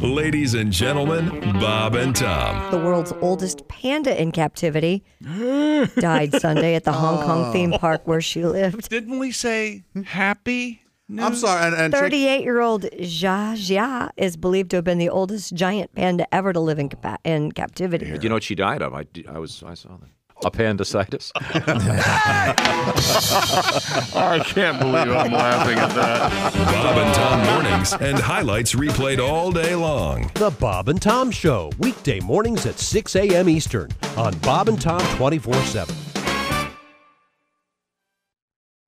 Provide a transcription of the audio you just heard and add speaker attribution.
Speaker 1: Ladies and gentlemen, Bob and Tom.
Speaker 2: The world's oldest panda in captivity died Sunday at the Hong Kong theme park where she lived.
Speaker 3: Didn't we say happy? News?
Speaker 4: I'm sorry. And, and check-
Speaker 2: 38 year old Zha Zha is believed to have been the oldest giant panda ever to live in, capa- in captivity.
Speaker 5: You know what she died of? I, I was I saw that. Appendicitis.
Speaker 3: I can't believe I'm laughing at that.
Speaker 1: Bob and Tom mornings and highlights replayed all day long.
Speaker 6: The Bob and Tom Show, weekday mornings at 6 a.m. Eastern on Bob and Tom 24 7.